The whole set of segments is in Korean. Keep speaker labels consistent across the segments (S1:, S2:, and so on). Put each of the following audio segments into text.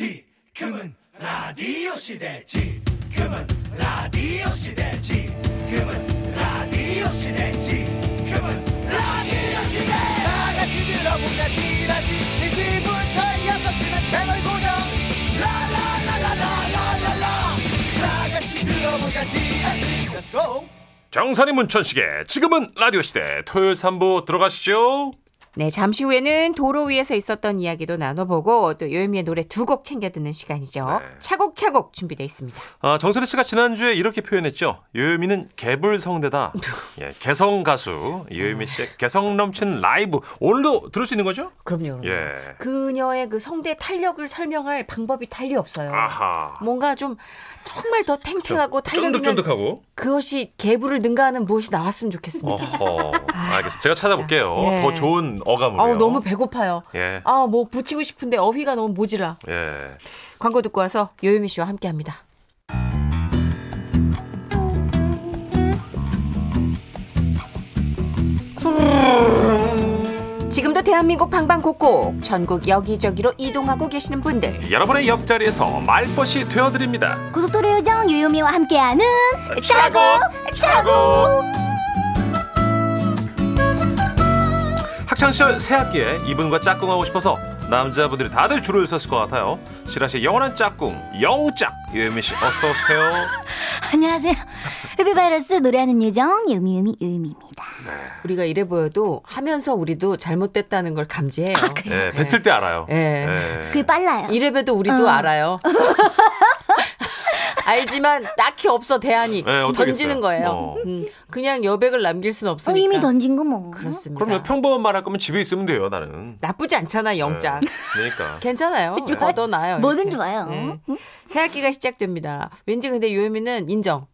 S1: 지금은 라디오 시대 지금은 라디오 시대 지금은 라디오 시대 지금은 라디오 시대 다 같이 들어보자 지라시 1시부터 6시는 채널 고정 라라라라라라라라 다 같이 들어보자 지라시 Let's go
S2: 정선이 문천식의 지금은 라디오 시대 토요일 3부 들어가시죠.
S3: 네, 잠시 후에는 도로 위에서 있었던 이야기도 나눠보고 또 요요미의 노래 두 곡 챙겨 듣는 시간이죠.
S2: 네.
S3: 차곡차곡 준비되어 있습니다.
S2: 아, 정선희 씨가 지난주에 이렇게 표현했죠. 요요미는 개불성대다. 예, 개성 가수 요요미
S3: 음.
S2: 씨의 개성 넘치는 라이브 오늘도 들을 수 있는 거죠?
S3: 그럼요.
S2: 예.
S3: 그녀의 그 성대 탄력을 설명할 방법이 달리 없어요.
S2: 아하.
S3: 뭔가 좀 정말 더 탱탱하고 탄력 있는
S2: 쫀득쫀득하고.
S3: 그것이 개부를 능가하는 무엇이 나왔으면 좋겠습니다.
S2: 어허. 알겠습니다. 제가 찾아볼게요.
S3: 아, 예.
S2: 더 좋은 어감으로.
S3: 아우 너무 배고파요.
S2: 예.
S3: 아 뭐 붙이고 싶은데 어휘가 너무 모질라.
S2: 예.
S3: 광고 듣고 와서 요요미 씨와 함께합니다. 지금도 대한민국 방방곡곡 전국 여기저기로 이동하고 계시는 분들
S2: 여러분의 옆자리에서 말벗이 되어드립니다.
S4: 고속도로 요정 유유미와 함께하는
S2: 차고 차고 학창시절 새학기에 이분과 짝꿍하고 싶어서 남자분들이 다들 줄을 섰을 것 같아요 시라시 영원한 짝꿍 영짝 유혜민씨 어서오세요
S4: 안녕하세요. 헤비바이러스 노래하는 요정 유미유미 유미입니다.
S3: 우리가 이래 보여도 하면서 우리도 잘못됐다는 걸 감지해요.
S4: 아,
S2: 예, 뱉을 때 알아요
S3: 예.
S2: 예.
S4: 그게 빨라요.
S3: 이래 봬도 우리도
S4: 어.
S3: 알아요. 알지만 딱히 없어 대안이
S2: 네, 어떡하겠어요.
S3: 던지는 거예요.
S2: 어.
S3: 음, 그냥 여백을 남길 순
S4: 어,
S3: 없으니까.
S4: 이미 던진 거 뭐.
S3: 그렇습니다.
S2: 그럼요 평범한 말 할 거면 집에 있으면 돼요 나는
S3: 나쁘지 않잖아 아. 영장.
S2: 예, 그러니까
S3: 괜찮아요. 걷어놔요.
S4: 뭐든
S3: 이렇게. 네.
S4: 좋아요.
S3: 새학기가 시작됩니다. 왠지 근데 요요미는 인정.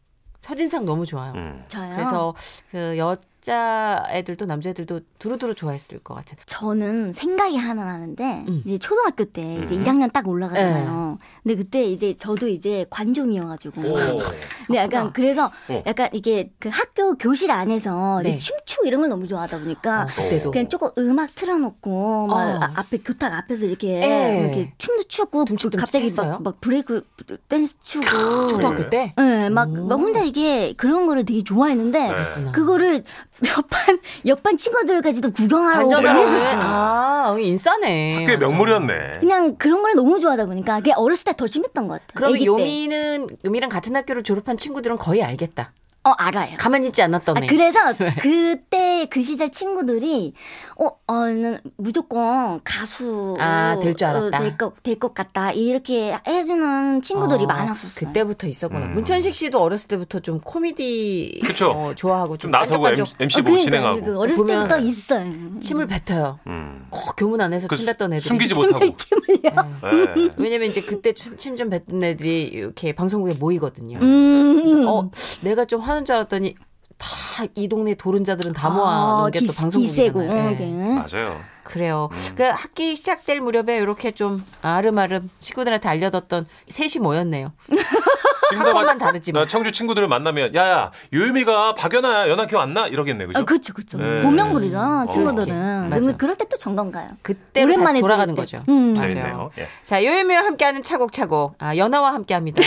S3: 첫인상 너무 좋아요.
S2: 음.
S4: 저요.
S3: 그래서 그 여자 애들도 남자 애들도 두루두루 좋아했을 것 같은.
S4: 저는 생각이 하나 나는데
S3: 음. 네.
S4: 이제 초등학교 때 이제 1학년 딱 올라가잖아요. 근데 그때 이제 저도 이제 관종이어가지고.
S2: 오.
S4: 근데
S3: 아.
S4: 약간 그래서
S2: 어.
S4: 약간 이게 그 학교 교실 안에서 이제
S3: 네.
S4: 춤추고 이런 걸 너무 좋아하다 보니까
S3: 어, 그때도.
S4: 그냥 조금 음악 틀어놓고 막
S3: 어.
S4: 아- 앞에 교탁 앞에서 이렇게
S3: 예.
S4: 이렇게 춤도 추고 뭐
S3: 둠칫둠칫
S4: 갑자기
S3: 했어요?
S4: 막, 막 브레이크 댄스 추고
S3: 초등학교 때. 음.
S4: 예, 막,
S3: 오.
S4: 막 혼자 이게 그런 거를 되게 좋아했는데
S2: 네.
S4: 그거를 옆반 옆반 친구들까지도 구경하라고
S3: 반전
S4: 많이 아, 했었어요.
S2: 했었어요.
S3: 아, 인싸네.
S2: 학교의
S3: 완전.
S2: 명물이었네
S4: 그냥 그런 걸 너무 좋아하다 보니까 그게 어렸을 때 더 심했던 것 같아요.
S3: 그러면
S4: 아기 때.
S3: 요미는 요미랑 같은 학교를 졸업한 친구들은 거의 알겠다.
S4: 어 알아요.
S3: 가만히 있지 않았던
S4: 아,
S3: 애.
S4: 그래서
S3: 네.
S4: 그때 그 시절 친구들이 어, 어, 는 무조건 가수 어,
S3: 아, 될줄 알았다.
S4: 될것 될 것 같다. 이렇게 해주는 친구들이
S3: 어,
S4: 많았었어요.
S3: 그때부터 있었구나.
S2: 음.
S3: 문천식 씨도 어렸을 때부터 좀 코미디
S2: 그쵸.
S3: 어, 좋아하고
S2: 좀
S3: 좀
S2: 나서고
S3: 깐족깐족
S2: MC
S4: 어,
S2: 보고
S4: 그러니까요. 그
S2: 뭐 진행하고
S4: 어렸을
S3: 보면-
S4: 때부터 있어요.
S3: 침을 뱉어요.
S2: 음.
S3: 어, 교문 안에서
S2: 그
S3: 침 뱉던 애들.
S2: 숨기지 못하고
S3: 네.
S2: 예.
S3: 왜냐면 이제 그때 침 좀 뱉던 애들이 이렇게 방송국에 모이거든요.
S4: 음.
S3: 어, 내가 좀 하는 줄 알았더니 다 이 동네 도른자들은 다
S4: 아,
S3: 모아 놓은 게또
S4: 기스-
S3: 방송국이잖아요.
S4: 기세고. 어,
S3: 예.
S4: 그.
S2: 맞아요
S3: 그래요.
S2: 음.
S3: 그 학기 시작될 무렵에 이렇게 좀 아름아름 친구들한테 알려뒀던 셋이 모였네요.
S2: 음. 지금도
S3: 학번만
S2: 마-
S4: 음.
S3: 다르지만. 뭐.
S2: 나 청주 친구들을 만나면 야야 요유미가 박연아 연하교 안 나? 이러겠네 그죠?
S4: 아, 그쵸, 그쵸.
S2: 네.
S4: 본명부리죠,
S2: 어.
S4: 친구들은.
S3: 맞아.
S4: 근데 그럴 때 또 정감 가요.
S3: 그때로 다시
S4: 오랜만에
S3: 돌아가는
S4: 들을
S3: 거죠.
S4: 때. 음.
S2: 재밌네요.
S3: 맞아요.
S2: 예.
S3: 자, 요요미와 함께하는 차곡차곡. 아, 연아와 함께합니다.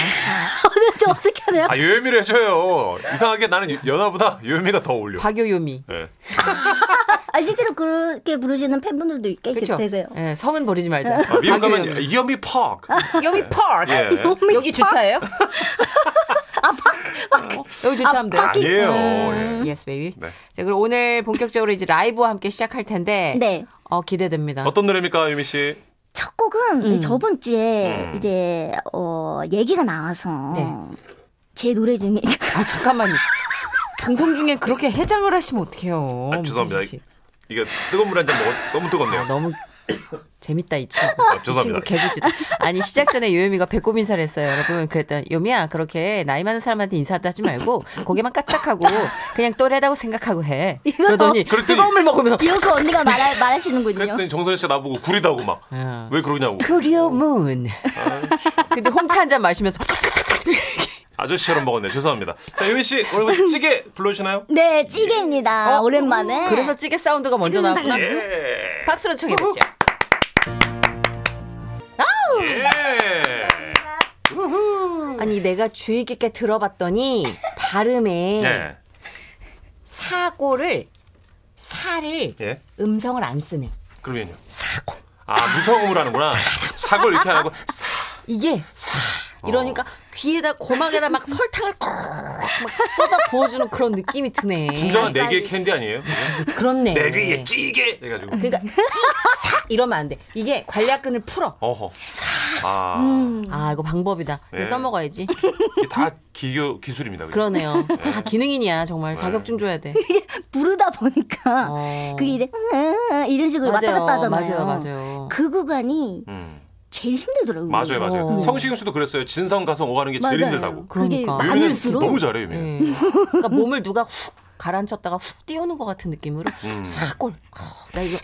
S4: 좀 아, 어색하네요.
S2: 아 요유미를 해줘요. 이상하게 나는 유- 연하보다 요유미가 더 어울려.
S3: 박요요미.
S2: 예.
S4: 아, 실제로 그렇게 부르시는 팬분들도 있게
S3: 그렇죠?
S4: 계세요.
S3: 예, 성은 버리지 말자.
S2: 아, 미국 가면
S3: 박요요미.
S2: 이염이 팍.
S3: 요미 파크.
S2: 예.
S3: 여기 주차예요? 아, 여기 주차하면 돼요.
S2: 아니에요. 예.
S3: 예스 베이비.
S2: 네.
S3: 자, 그럼 오늘 본격적으로 이제 라이브와 함께 시작할 텐데
S4: 네.
S3: 어, 기대됩니다.
S2: 어떤 노래입니까 유미 씨?
S4: 첫 곡은
S3: 음.
S4: 저번 주에
S2: 음.
S4: 이제 어 얘기가 나와서
S3: 네.
S4: 제 노래 중에
S3: 아, 잠깐만요. 방송 중에 그렇게 해장을 하시면 어떡해요.
S2: 아, 죄송합니다.
S3: 문천식 씨.
S2: 이게 뜨거운 물 한 잔 먹어 너무
S3: 아,
S2: 뜨겁네요.
S3: 너무 재밌다 이 친구.
S2: 아,
S3: 이 친구
S2: 죄송합니다.
S3: 개구지다. 아니 시작 전에 요요미가 배꼽 인사를 했어요. 여러분 그랬더니 요미야 그렇게 나이 많은 사람한테 인사도 하지 말고 고개만 까딱하고 그냥 또래다고 생각하고 해. 그러더니
S2: 그랬더니-
S3: 뜨거움을 먹으면서
S4: 이렇게 언니가 말하, 말하시는군요.
S2: 그랬더니 정선희 씨가 나보고 구리다고 막.
S3: 아.
S2: 왜 그러냐고.
S3: 그리움은. 근데 홍차 한 잔 마시면서
S2: 아저씨처럼 먹었네. 죄송합니다. 자 유미 씨 오늘 뭐 찌개 불러주시나요?
S4: 네, 찌개입니다.
S3: 어,
S4: 오랜만에.
S3: 그래서 찌개 사운드가 먼저 나왔구나.
S2: 예.
S3: 어. 박수로 청해보죠.
S2: 예.
S3: 아니 내가 주의 깊게 들어봤더니 발음에
S2: 예.
S3: 사고를 사를
S2: 예.
S3: 음성을 안 쓰네.
S2: 그러면요. 사고. 아, 무서움을 하는구나. 사고를 이렇게 안 하고 사.
S3: 이게 사
S2: 어.
S3: 이러니까 귀에다 고막에다 막 설탕을 콕막 쏟아 부어주는 그런 느낌이 드네.
S2: 진정한 네 개의 캔디 아니에요?
S3: 그렇네.
S2: 네 개의 찌개. 래 가지고.
S3: 그러니까 찌사 이러면 안 돼. 이게 관략근을 풀어.
S2: 어허. 아.
S3: 아 이거 방법이다. 이거
S2: 네.
S3: 써먹어야지.
S2: 이게 다 기교 기술입니다. 그죠?
S3: 그러네요. 다 기능인이야 정말 자격증 줘야 돼.
S4: 부르다 보니까
S3: 어.
S4: 그게 이제 음, 이런 식으로 왔다
S3: 맞아요,
S4: 갔다
S3: 맞아요,
S4: 하잖아요.
S3: 맞아요.
S4: 그 구간이
S2: 음.
S4: 제일 힘들더라고요.
S2: 맞아요, 맞아요.
S3: 어.
S2: 성시경 씨도 그랬어요. 진성 가성 오가는 게 제일
S4: 맞아요.
S2: 힘들다고.
S4: 그게
S3: 그러니까.
S2: 유미는
S4: 많을수록
S2: 너무 잘해요, 유미는.
S3: 예. 그러니까 몸을 누가 훅 가라앉혔다가 훅 띄우는 것 같은 느낌으로
S2: 음.
S3: 사골. 어, 나 이거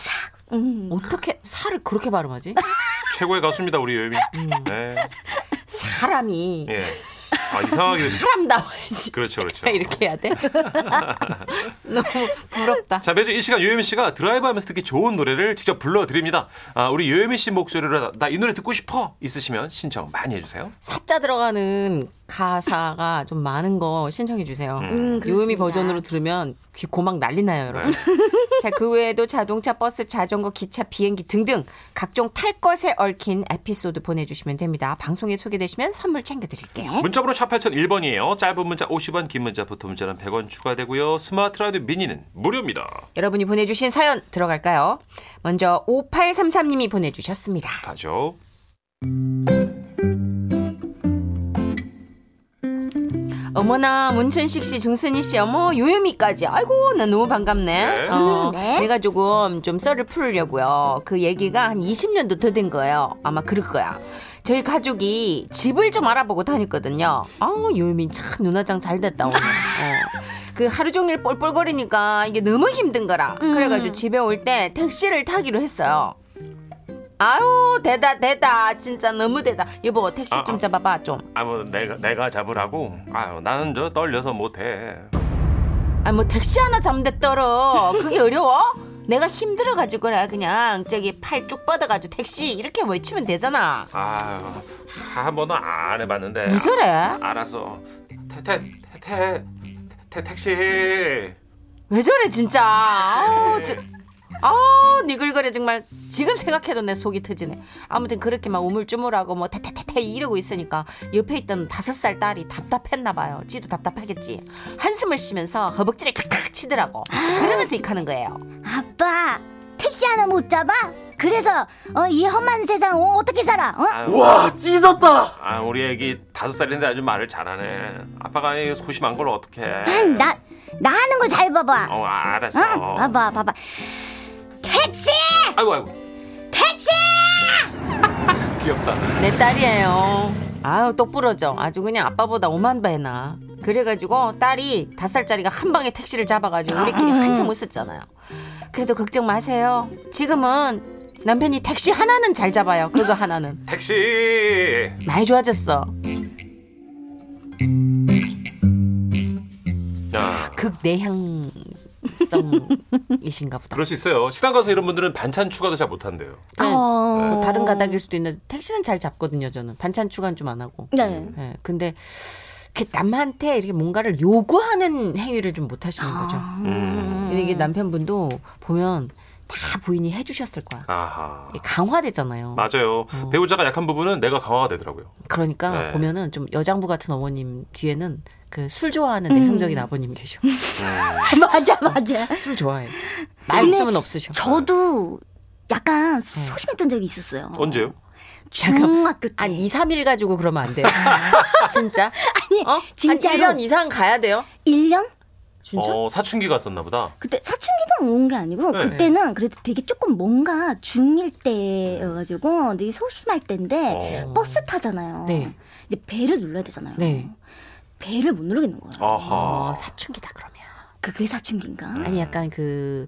S4: 음.
S3: 어떻게 살을 그렇게 발음하지?
S2: 최고의 가수입니다, 우리 유미. 네.
S3: 사람이
S2: 예. 아, 이상하게.
S3: 사람 나와야지.
S2: 그렇죠, 그렇죠.
S3: 아, 이렇게 해야 돼? 너무 부럽다.
S2: 자, 매주 이 시간 요요미 씨가 드라이브 하면서 듣기 좋은 노래를 직접 불러드립니다. 아, 우리 요요미 씨 목소리로 나 이 노래 듣고 싶어 있으시면 신청 많이 해주세요.
S3: 사자 들어가는 가사가 좀 많은 거 신청해 주세요.
S4: 음,
S3: 요음이
S4: 그렇습니다.
S3: 버전으로 들으면 귀 고막 난리 나요,
S2: 네.
S3: 여러분. 자, 그 외에도 자동차, 버스, 자전거, 기차, 비행기 등등 각종 탈 것에 얽힌 에피소드 보내주시면 됩니다. 방송에 소개되시면 선물 챙겨드릴게요.
S2: 문자번호 샵 8001번이에요. 짧은 문자 50원, 긴 문자, 보통 문자는 100원 추가되고요. 스마트 라디오 미니는 무료입니다.
S3: 여러분이 보내주신 사연 들어갈까요? 먼저 5833님이 보내주셨습니다.
S2: 가죠.
S3: 어머나 문천식 씨, 정선희 씨, 어머 요요미까지. 아이고 나 너무 반갑네.
S2: 네.
S3: 어,
S4: 음, 네.
S3: 내가 조금 좀 썰을 풀으려고요. 그 얘기가 한 20년도 더 된 거예요. 아마 그럴 거야. 저희 가족이 집을 좀 알아보고 다녔거든요. 아 요요미 참 눈화장 잘 됐다 오늘. 어. 그 하루 종일 뻘뻘거리니까 이게 너무 힘든 거라.
S4: 음.
S3: 그래가지고 집에 올 때 택시를 타기로 했어요. 아유 대다 대다 진짜 너무 대다 여보 택시
S2: 아,
S3: 좀
S2: 아.
S3: 잡아봐 좀
S2: 아, 뭐 내가 내가 잡으라고. 아, 나는 저 떨려서 못 해.
S3: 아 뭐 택시 하나 잡는데 떨어 그게 어려워? 내가 힘들어가지고 그래 그냥 저기 팔 쭉 뻗어가지고 택시 이렇게 외치면 되잖아
S2: 아유, 한 번도 안 해봤는데.
S3: 왜 저래?
S2: 아, 알았어. 태태태태 택시.
S3: 왜 저래 진짜 아우 저, 아우 니글거려 정말 지금 생각해도 내 속이 터지네 아무튼 그렇게 막 우물쭈물하고 뭐 태태태태 이러고 있으니까 옆에 있던 다섯 살 딸이 답답했나 봐요 지도 답답하겠지 한숨을 쉬면서 허벅지를 칵칵 치더라고 그러면서 익하는 거예요
S4: 아빠 택시 하나 못 잡아? 그래서 어, 이 험한 세상 어, 어떻게 살아? 어?
S2: 와 찢었다. 아 우리 애기 다섯 살인데 아주 말을 잘하네. 아빠가 이 소심한 걸 어떻게?
S4: 응, 나, 나 하는 거 잘 봐봐.
S2: 어 아, 알았어.
S4: 어? 봐봐, 봐봐. 택시!
S2: 아이고 아이고
S4: 택시!
S2: 귀엽다.
S3: 내 딸이에요. 아유 똑부러져. 아주 그냥 아빠보다 오만 배나. 그래가지고 딸이 다섯 살짜리가 한 방에 택시를 잡아가지고 우리끼리 한참 웃었잖아요. 그래도 걱정 마세요. 지금은 남편이 택시 하나는 잘 잡아요. 그거 하나는
S2: 택시.
S3: 많이 좋아졌어.
S2: 야.
S3: 극내향성이신가 보다.
S2: 그럴 수 있어요. 시장 가서 이런 분들은 반찬 추가도 잘 못한대요.
S3: 네.
S4: 어.
S3: 다른 가닥일 수도 있는데 택시는 잘 잡거든요. 저는 반찬 추가는 좀 안 하고.
S4: 네.
S3: 예, 근데 그 남한테 이렇게 뭔가를 요구하는 행위를 좀 못 하시는
S4: 아.
S3: 거죠.
S2: 음.
S3: 근데 이게 남편분도 보면 다 부인이 해주셨을 거야.
S2: 아하.
S3: 이게 강화되잖아요.
S2: 맞아요. 배우자가 약한 부분은 내가 강화가 되더라고요.
S3: 그러니까
S2: 네.
S3: 보면은 좀 여장부 같은 어머님 뒤에는 그 술 좋아하는
S4: 음.
S3: 내성적인 아버님 계셔.
S4: 맞아, 맞아.
S3: 술 좋아해. 말씀은 없으셔.
S4: 저도 약간 소심했던 적이 있었어요.
S2: 언제요?
S4: 중학교 때.
S3: 한 2, 3일 가지고 그러면 안 돼요. 진짜? 어?
S4: 아니, 진짜로.
S3: 한 1년 이상 가야 돼요?
S4: 1년?
S3: 진짜?
S2: 어, 사춘기 갔었나 보다.
S4: 그때 사춘기가 온 게 아니고
S2: 네.
S4: 그때는 그래도 되게 조금 뭔가 중일 때여가지고 되게 소심할 때인데
S2: 어.
S4: 버스 타잖아요.
S3: 네.
S4: 이제 배를 눌러야 되잖아요.
S3: 네.
S4: 배를 못 누르겠는 거예요.
S2: 아하.
S3: 어, 사춘기다 그러면.
S4: 그게 사춘기인가?
S3: 아니 약간 그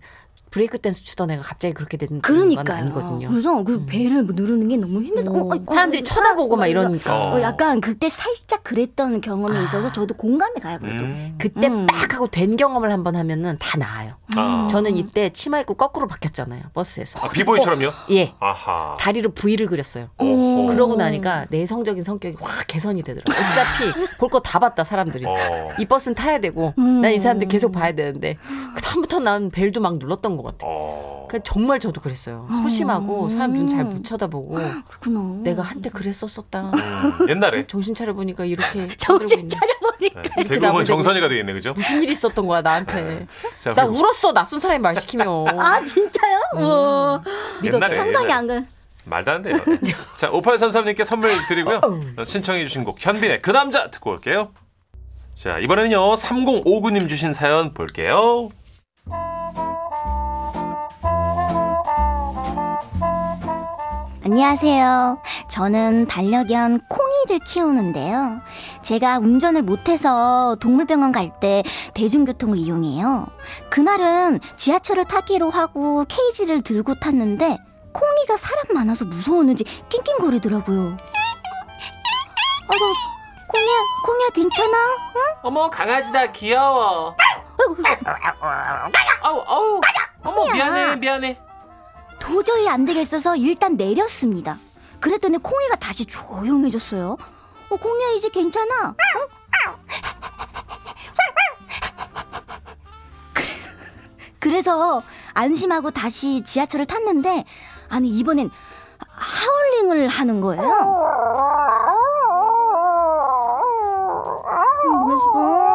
S3: 브레이크 댄스 추던 애가 갑자기 그렇게 되는 건
S4: 그러니까요.
S3: 아니거든요.
S2: 음.
S3: 음.
S4: 그래서 그 배를 뭐 누르는 게 너무 힘들어. 어, 어,
S3: 사람들이
S4: 어,
S3: 쳐다보고 막
S4: 어,
S3: 이러니까. 아.
S4: 어, 약간 그때 살짝 그랬던 경험이 있어서 저도 공감이 가요. 그래도
S2: 음.
S3: 그때
S4: 음.
S3: 빡 하고 된 경험을 한번 하면은 다 나아요.
S2: 아.
S3: 저는 이때 치마 입고 거꾸로 바뀌었잖아요. 버스에서.
S2: 아, 비보이처럼요?
S3: 예.
S2: 아하.
S3: 다리로 V를 그렸어요.
S2: 어허.
S3: 그러고 나니까 내성적인 성격이 확 개선이 되더라고요. 어차피 볼 거 다 봤다, 사람들이.
S2: 어. 음.
S3: 이 버스는 타야 되고, 난 이 사람들 계속 봐야 되는데, 그 다음부터 난 벨도 막 눌렀던 것 같아요.
S2: 어.
S3: 그 정말 저도 그랬어요. 소심하고 사람 눈 잘 못 쳐다보고
S4: 그렇구나.
S3: 내가 한때 그랬었었다.
S2: 음, 옛날에
S3: 정신 차려 보니까 이렇게 힘들고
S4: 정신
S3: 있네.
S4: 차려보니까.
S2: 네, 대부분
S3: 나오게
S2: 정선이가 되겠네 그죠?
S3: 무슨 일이 있었던 거야 나한테.
S2: 자,
S3: 나
S2: 네. 그리고
S3: 울었어 낯선 사람이 말 시키면.
S4: 아 진짜요?
S3: 음.
S4: 와.
S2: 옛날에
S4: 상상이 안 가.
S2: 말도 안 돼요. 네. 자 5833님께 선물 드리고요. 신청해 주신 곡 현빈의 그 남자 듣고 올게요. 자 이번에는요 3059님 주신 사연 볼게요.
S4: 안녕하세요. 저는 반려견 콩이를 키우는데요. 제가 운전을 못해서 동물병원 갈 때 대중교통을 이용해요. 그날은 지하철을 타기로 하고 케이지를 들고 탔는데 콩이가 사람 많아서 무서웠는지 낑낑거리더라고요. 아이고, 콩이야, 콩이야 괜찮아?
S5: 어머 강아지다 귀여워. 아우 아우. 어머 미안해 미안해.
S4: 도저히 안 되겠어서 일단 내렸습니다. 그랬더니 콩이가 다시 조용해졌어요. 어, 콩이야 이제 괜찮아? 응? 그래- 그래서 안심하고 다시 지하철을 탔는데 아니 이번엔 하울링을 하는 거예요. 어, 그래서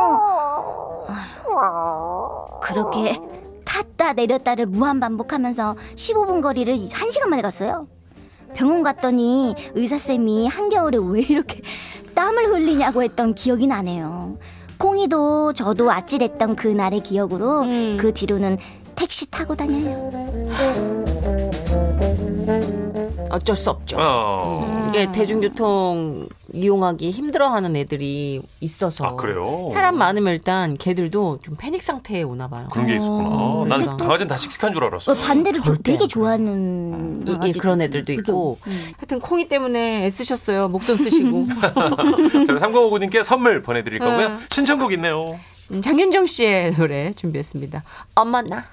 S4: 그렇게 탔다 내렸다를 무한 반복하면서 15분 거리를 1시간 만에 갔어요. 병원 갔더니 의사쌤이 한겨울에 왜 이렇게 땀을 흘리냐고 했던 기억이 나네요. 콩이도 저도 아찔했던 그날의 기억으로 그 뒤로는 택시 타고 다녀요.
S3: 어쩔 수 없죠.
S2: 어.
S3: 이게 대중교통 이용하기 힘들어하는 애들이 있어서.
S2: 아 그래요?
S3: 사람 많으면 일단 걔들도 좀 패닉 상태에 오나 봐요.
S2: 그런 게 있었구나.
S4: 어,
S2: 나는
S3: 그러니까.
S2: 강아지는 다 씩씩한 줄 알았어.
S4: 어, 반대로 저
S3: 절대
S4: 되게
S3: 안
S4: 좋아하는
S3: 이- 예,
S4: 강아지들.
S3: 그런 애들도 있고 하여튼 콩이 때문에 애쓰셨어요 목돈 쓰시고
S2: 자, 3059님께 선물 보내드릴 거고요.
S3: 어.
S2: 신청곡 있네요.
S3: 음, 장윤정 씨의 노래 준비했습니다 엄마 나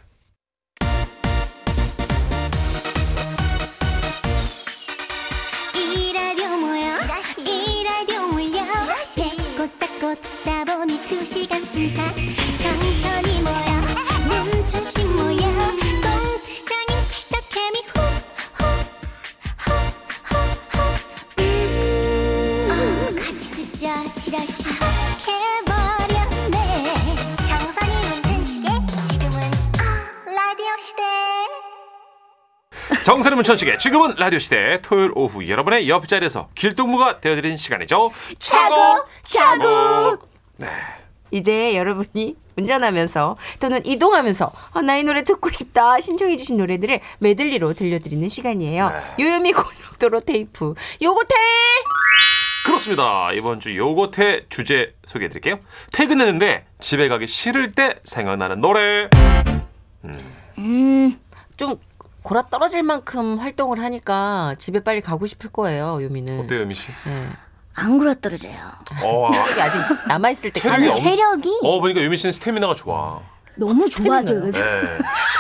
S6: 이 라디오 뭐야 이 라디오 뭐야 배꼽 잡고 듣다 보니 두 시간 순삭 정선이 뭐야 문천식 뭐야 공투장인 찰떡케미 후후후후후 음. 아, 같이 듣자 지라시 해버렸네 정선이 문천식의 지금은 아, 라디오 시대
S2: 정선의 문천식의 지금은 라디오 시대 토요일 오후 여러분의 옆자리에서 길동무가 되어드린 시간이죠. 차고 차고.
S3: 이제 여러분이 운전하면서 또는 이동하면서 아, 나이 노래 듣고 싶다 신청해 주신 노래들을 메들리로 들려드리는 시간이에요
S4: 네.
S3: 요요미 고속도로 테이프 요거테
S2: 그렇습니다. 이번 주 요거트의 주제 소개해드릴게요. 퇴근했는데 집에 가기 싫을 때 생각나는 노래.
S3: 좀 고라 떨어질 만큼 활동을 하니까 집에 빨리 가고 싶을 거예요 요미는
S2: 어때요, 미씨?
S3: 예.
S4: 안 굴어떨어져요.
S2: 어, 아,
S3: 이게 아직 남아있을 때까지
S2: 체력이
S4: 아니
S2: 없-
S4: 체력이
S2: 어 보니까 유미 씨는 스태미나가 좋아.
S4: 너무 좋아져요.
S2: 네.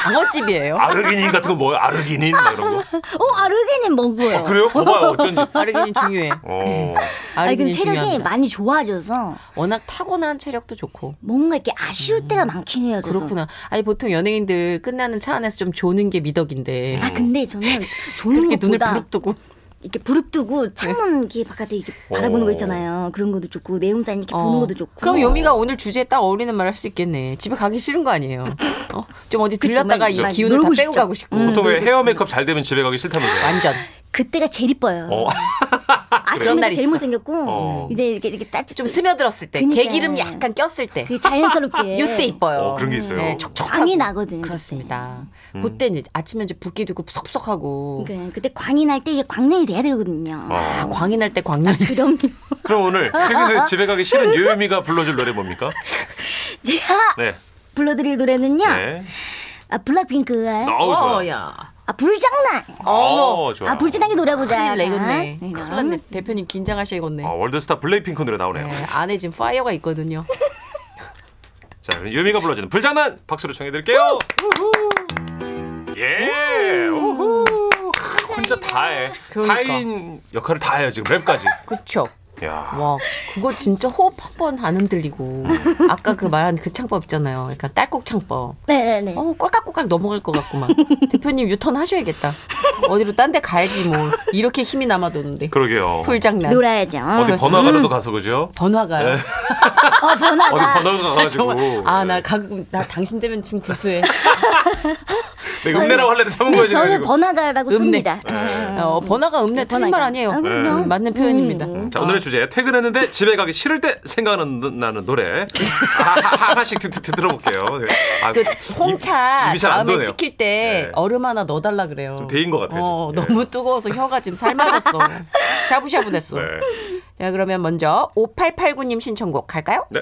S3: 장어집이에요
S2: 아르기닌 같은 거 뭐예요? 아르기닌 뭐 이런 거.
S4: 어 아르기닌 먹어요.
S2: 아, 그래요? 봐봐요, 어쩐지.
S3: 아르기닌 중요해.
S2: 어.
S4: 아니 근데
S3: 아르기닌
S4: 체력이
S3: 중요합니다.
S4: 많이 좋아져서
S3: 워낙 타고난 체력도 좋고.
S4: 뭔가 이렇게 아쉬울 때가 많긴 해요. 저도.
S3: 음. 그렇구나. 아니 보통 연예인들 끝나는 차 안에서 좀 조는 게 미덕인데.
S4: 아 근데 저는 좋은
S3: 음. 그렇게 눈을
S4: 음, 것보다
S3: 부릅뜨고.
S4: 이렇게 부릅뜨고 창문 이렇게 바깥에 이렇게 바라보는 거 있잖아요. 그런 것도 좋고 내용사 이렇게 보는
S3: 어.
S4: 것도 좋고.
S3: 그럼 요미가 오늘 주제에 딱 어울리는 말 할 수 있겠네. 집에 가기 싫은 거 아니에요. 어? 좀 어디
S4: 그쵸,
S3: 들렸다가
S4: 많이-
S3: 이
S4: 많이
S3: 기운을 다 빼고
S4: 놀고 싶죠.
S3: 가고 싶고.
S2: 보통 왜 헤어 메이크업 잘 되면 집에 가기 싫다면서요?
S3: 완전.
S4: 그때가 제일 이뻐요.
S2: 어.
S3: 그런
S4: 아침에
S3: 날이
S4: 제일
S3: 있어.
S4: 못생겼고
S2: 어.
S4: 이제 이렇게 이렇게 따뜻
S3: 좀 스며들었을 때.
S4: 그니까요.
S3: 개기름 약간 꼈을 때.
S4: 그 자연스럽게
S3: 요때 이뻐요.
S2: 어, 그런 게 있어요. 음.
S3: 네, 촉촉하고.
S4: 광이 나거든요.
S3: 그렇습니다. 그때 이제 아침에 이제 붓기 들고 푸석푸석하고.
S4: 그때. 네, 그때 광이 날 때 이게 광량이 돼야 되거든요.
S3: 아, 광이 날 때 광년이.
S4: 그럼요.
S2: 그럼 오늘 퇴근해 집에 가기 싫은 요요미가 불러줄 노래 뭡니까?
S4: 제가
S2: 네.
S4: 불러드릴 노래는요.
S2: 네.
S4: 아 블락핑크의
S2: 어우, 좋아.
S3: 야.
S4: 아 불장난.
S2: 어, 좋아.
S4: 아 불장난이 노래 보자.
S3: 큰일 내겠네.
S4: 자, 이거.
S3: 큰일 났네. 대표님
S2: 어,
S3: 긴장하셔야겠네.
S2: 아, 월드스타 블레이핑크 노래 나오네요.
S3: 네, 안에 지금 파이어가 있거든요.
S2: 자, 그럼 유미가 불러주는 불장난 박수로 청해드릴게요. 우후. 예, 우후. 하, 혼자 다 해.
S3: 음. 그러니까.
S2: 4인 역할을 다 해요, 지금 랩까지.
S3: 그쵸.
S2: 야.
S3: 와, 그거 진짜 호흡 한 번 안 흔들리고. 아까 그 말한 그 창법 있잖아요. 약간 딸꾹 창법.
S4: 네네네.
S3: 어, 꼴깍꼴깍 넘어갈 것 같고 막. 대표님 유턴 하셔야겠다. 어디로 딴 데 가야지 뭐. 이렇게 힘이 남아도는데.
S2: 그러게요.
S3: 풀장난. 음.
S4: 놀아야죠.
S2: 어디
S3: 그렇습니다.
S2: 번화가라도 가서 그죠?
S3: 번화가요.
S4: 어, 변화가.
S2: 어디 네, 번화가 가가지고. 네.
S3: 정말 음. 아 나 가끔 나 당신 되면 지금 구수해.
S2: 내 음내라고 할래도 참은 거야
S4: 네,
S2: 지금. 음.
S4: 저는
S2: 지금.
S4: 번화가라고
S3: 읍내.
S4: 씁니다.
S3: 어, 번화가 음료 틀린
S4: 번화가.
S3: 말 아니에요.
S2: 네.
S4: 아, 그럼요.
S3: 음, 맞는 표현입니다.
S2: 자 오늘의 주제 퇴근했는데 집에 가기 싫을 때 생각나는 노래 아, 하- 하나씩 듣, 듣, 들어볼게요. 네. 아,
S3: 그
S2: 입-
S3: 홍차
S2: 입이 잘안
S3: 다음에
S2: 도네요.
S3: 시킬 때
S2: 네.
S3: 얼음 하나 넣어달라 그래요.
S2: 좀 데인 것 같아요,
S3: 어,
S2: 지금. 예.
S3: 너무 뜨거워서 혀가 지금 삶아졌어. 샤브샤브 됐어.
S2: 네.
S3: 자 그러면 먼저 5889님 신청곡 갈까요?
S2: 네.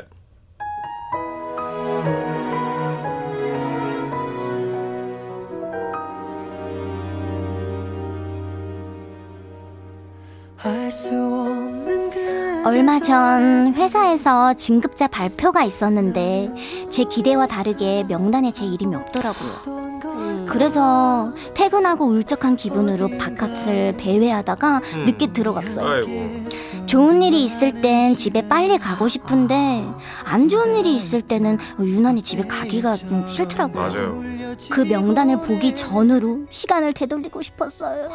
S1: 알수 없는 그
S4: 얼마 전 회사에서 진급자 발표가 있었는데 제 기대와 다르게 명단에 제 이름이 없더라고요.
S1: 어떤 걸
S2: 음.
S4: 그래서 퇴근하고 울적한 기분으로 바깥을 배회하다가 늦게 들어갔어요.
S2: 음. 아이고.
S4: 좋은 일이 있을 땐 집에 빨리 가고 싶은데 안 좋은 일이 있을 때는 유난히 집에 가기가 좀 싫더라고요.
S2: 맞아요.
S4: 그 명단을 보기 전으로 시간을 되돌리고 싶었어요.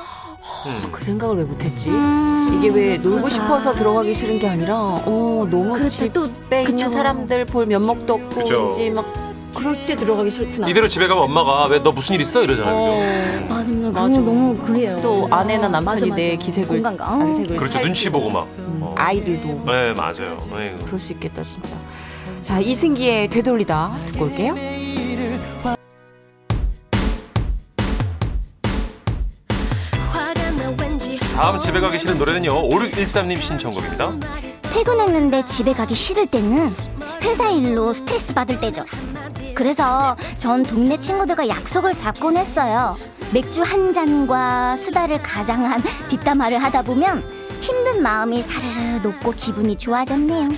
S3: 그 생각을 왜 못했지?
S4: 음.
S3: 이게 왜 놀고 싶어서 들어가기 싫은 게 아니라 어 너무
S4: 그렇죠. 또,
S3: 집에 있는
S4: 그쵸.
S3: 사람들 볼 면목도 없고
S2: 그쵸.
S3: 이제 막 그럴 때 들어가기 싫구나.
S2: 이대로 집에 가면 엄마가 왜 너 무슨 일 있어 이러잖아요. 그죠?
S3: 어.
S4: 맞아요.
S3: 맞아.
S4: 너무 그래요.
S3: 또 아내나 남편이
S4: 맞아, 맞아.
S3: 내 기색을
S4: 공감가. 어.
S3: 안색을
S2: 그렇죠 눈치 보고 막. 어.
S3: 아이들도
S2: 네 맞아요. 아이고.
S3: 그럴 수 있겠다 진짜. 자 이승기의 되돌리다 듣고 올게요.
S6: 화가 나 왠지
S2: 다음 집에 가기 싫은 노래는요 5613님 신청곡입니다.
S4: 퇴근했는데 집에 가기 싫을 때는 회사 일로 스트레스 받을 때죠. 그래서 전 동네 친구들과 약속을 잡곤 했어요. 맥주 한 잔과 수다를 가장한 뒷담화를 하다 보면 힘든 마음이 사르르 녹고 기분이 좋아졌네요.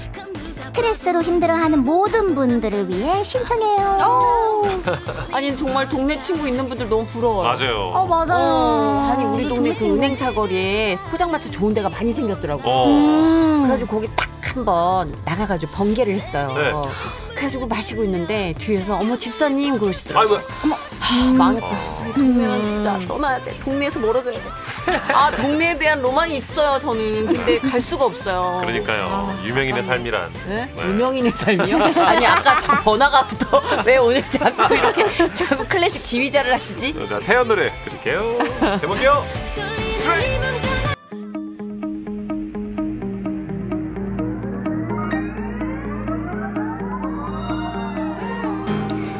S4: 스트레스로 힘들어하는 모든 분들을 위해
S3: 어.
S4: 신청해요.
S3: 아니 정말 동네 친구 있는 분들 너무 부러워요.
S2: 맞아요.
S4: 맞아요.
S3: 어, 아니 우리 동네 그
S4: 친구.
S3: 은행 사거리에 포장마차 좋은 데가 많이 생겼더라고. 요
S2: 어.
S4: 음.
S3: 그래가지고 거기 딱 한 번 나가가지고 번개를 했어요.
S2: 네.
S3: 그래가지고 마시고 있는데 뒤에서 어머 집사님
S2: 아이고
S3: 그러시더라고.
S2: 아.
S3: 요 망했다. 우리 동네는 진짜 떠나야 돼. 동네에서 멀어져야 돼. 아 동네에 대한 로망이 있어요 저는. 근데 갈 수가 없어요.
S2: 그러니까요 유명인의 삶이란.
S3: 네? 유명인의 삶이요? 아니 아까 번화가부터 왜 오늘 자꾸 이렇게 자꾸 클래식 지휘자를 하시지?
S2: 자 태연 노래 드릴게요. 제목이요.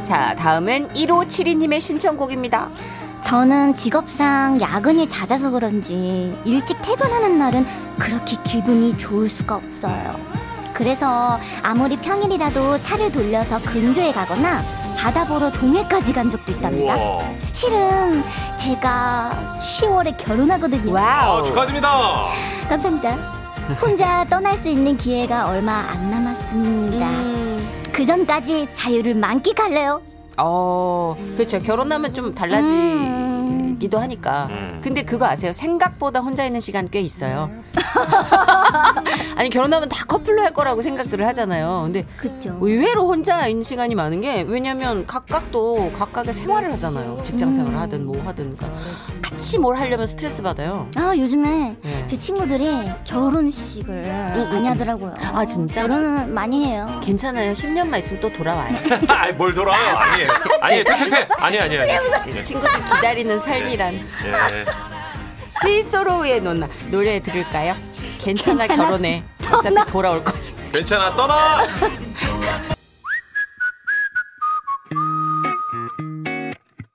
S3: 자 다음은 1572님의 신청곡입니다.
S4: 저는 직업상 야근이 잦아서 그런지 일찍 퇴근하는 날은 그렇게 기분이 좋을 수가 없어요. 그래서 아무리 평일이라도 차를 돌려서 근교에 가거나 바다 보러 동해까지 간 적도 있답니다.
S2: 우와.
S4: 실은 제가 10월에 결혼하거든요.
S2: 아,
S3: 와우.
S2: 축하드립니다.
S4: 감사합니다. 혼자 떠날 수 있는 기회가 얼마 안 남았습니다.
S3: 음.
S4: 그 전까지 자유를 만끽할래요.
S3: 어, 그렇죠. 결혼하면 좀 달라지기도 하니까.
S2: 음.
S3: 근데 그거 아세요? 생각보다 혼자 있는 시간 꽤 있어요. 아니 결혼하면 다 커플로 할 거라고 생각들을 하잖아요. 근데
S4: 그쵸.
S3: 의외로 혼자 있는 시간이 많은 게 왜냐면 각각도 각각의 생활을 하잖아요. 직장 생활을 하든 뭐 하든 그러니까 같이 뭘 하려면 스트레스 받아요.
S4: 아 요즘에
S3: 네. 음,
S4: 제 친구들이 결혼식을 많이 하더라고요.
S3: 아 진짜?
S4: 결혼을 많이 해요.
S3: 괜찮아요. 10년만 있으면 또 돌아와요.
S2: 아이 뭘 돌아요? 아니에요. 아니에요. 퇴퇴퇴. 아니에요. 아니에요. 아니에요.
S3: 친구들 기다리는 삶이란.
S2: 예.
S3: 스위스로우의 논나 노래 들을까요? 괜찮아, 결혼해. 어차피 돌아올 거.
S2: 괜찮아 떠나.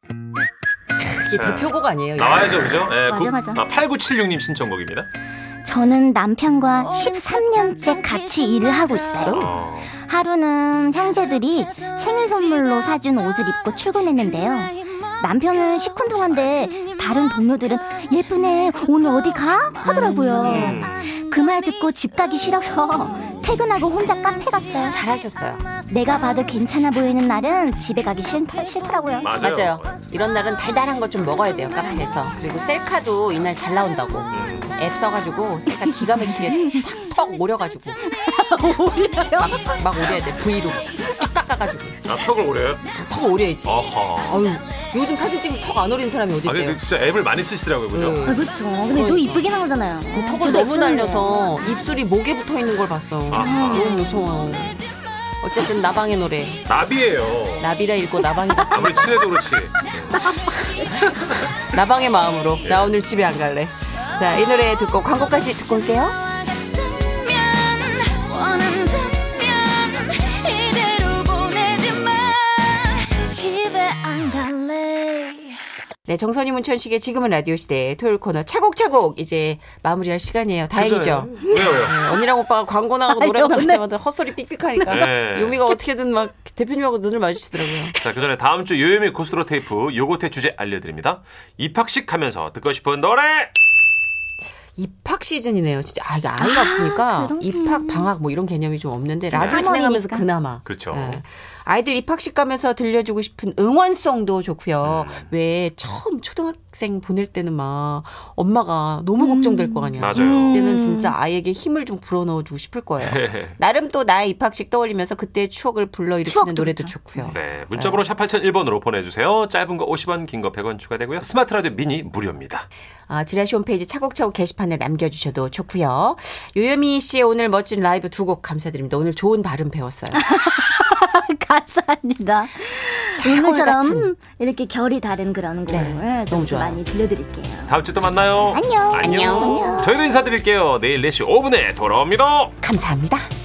S3: 이게
S2: 자.
S3: 그 대표곡 아니에요? 이거?
S2: 나와야죠, 그죠? 예,
S4: 맞아,
S2: 구-
S4: 맞아.
S2: 아, 8976님 신청곡입니다.
S4: 저는
S3: 어,
S4: 남편과 13년째 같이 일을 하고 있어요.
S2: 어.
S4: 하루는 형제들이 생일 선물로 사준 옷을 입고 출근했는데요. 남편은 시큰둥한데 다른 동료들은
S3: 음,
S4: 예쁘네 오늘 어디 가 하더라고요. 그 말 듣고 집 가기 싫어서 퇴근하고 혼자 카페 갔어요.
S3: 잘하셨어요.
S4: 내가 봐도 괜찮아 보이는 날은 집에 가기 싫더, 싫더라고요.
S2: 맞아요.
S3: 맞아요. 이런 날은 달달한 거 좀 먹어야 돼요 카페에서. 그리고 셀카도 이날 잘 나온다고 앱 써가지고 셀카 기가 막히게 턱 오려가지고 막, 막 오려야 돼 V로 딱 깎아가지고
S2: 아, 턱을 오려요?
S3: 턱 오려야지.
S2: 어허.
S3: 아유 요즘 사진 찍으면 턱 안 오리는 사람이 어디
S2: 아,
S3: 있대요? 네.
S2: 근데 진짜 앱을 많이 쓰시더라고요, 그죠?
S4: 아, 그렇죠. 근데 너 이쁘게 나오잖아요.
S3: 턱을
S4: 저도
S3: 너무
S4: 없었는데.
S3: 음, 날려서 입술이 목에 붙어 있는 걸 봤어.
S2: 아하.
S3: 너무 무서워. 어쨌든 나방의 노래
S2: 나비예요.
S3: 나비라 읽고 나방이 봤어.
S2: 아무리 친해도 그렇지.
S3: 나방의 마음으로 나 오늘 집에 안 갈래. 자 이 노래 듣고 광고까지 듣고 올게요.
S6: 같으면 원한다면 이대로 보내지 마 집에 안 갈래
S3: 네, 정선이 문천식의 지금은 라디오 시대 토요일 코너 차곡차곡 이제 마무리할 시간이에요. 다행이죠.
S2: 그죠? 왜요?
S3: 네, 언니랑 오빠가 광고 나가고 노래 나갈 때마다 헛소리 삑삑하니까
S2: 네.
S3: 요미가 어떻게든 막 대표님하고 눈을 마주치더라고요.
S2: 자, 그 전에 다음 주 요요미 고스로 테이프 요거트 주제 알려드립니다. 입학식 하면서 듣고 싶은 노래!
S3: 입학 시즌이네요. 진짜 아, 이거 아이가 없으니까 입학 방학 뭐 이런 개념이 좀 없는데 라디오
S4: 네.
S3: 진행하면서
S4: 삼월이니까.
S3: 그나마
S2: 그렇죠.
S3: 네. 아이들 입학식 가면서 들려주고 싶은 응원송도 좋고요.
S2: 음.
S3: 왜 처음 초등학생 보낼 때는 막 엄마가 너무 걱정될 거
S2: 음.
S3: 아니야.
S2: 맞아요.
S3: 그때는 진짜 아이에게 힘을 좀 불어넣어 주고 싶을 거예요.
S2: 네.
S3: 나름 또 나의 입학식 떠올리면서 그때의 추억을 불러일으키는
S4: 추억도
S3: 노래도 좋고요.
S2: 네, 문자번호 샵 8001번으로 보내주세요. 짧은 거 50원, 긴 거 100원 추가되고요. 스마트 라디오 미니 무료입니다.
S3: 아, 지라시 홈페이지 차곡차곡 게시판에 남겨주셔도 좋고요. 요요미 씨의 오늘 멋진 라이브 두 곡 감사드립니다. 오늘 좋은 발음 배웠어요.
S4: 감사합니다.
S3: 같은. 네,
S4: 오늘처럼 이렇게 결이 다른 그런 곡을
S3: 너무
S4: 좀
S3: 좋아요.
S4: 많이 들려드릴게요.
S2: 다음 주 또 만나요.
S4: 안녕.
S2: 안녕. 저희도 인사드릴게요. 내일 4시 5분에 네 돌아옵니다.
S3: 감사합니다.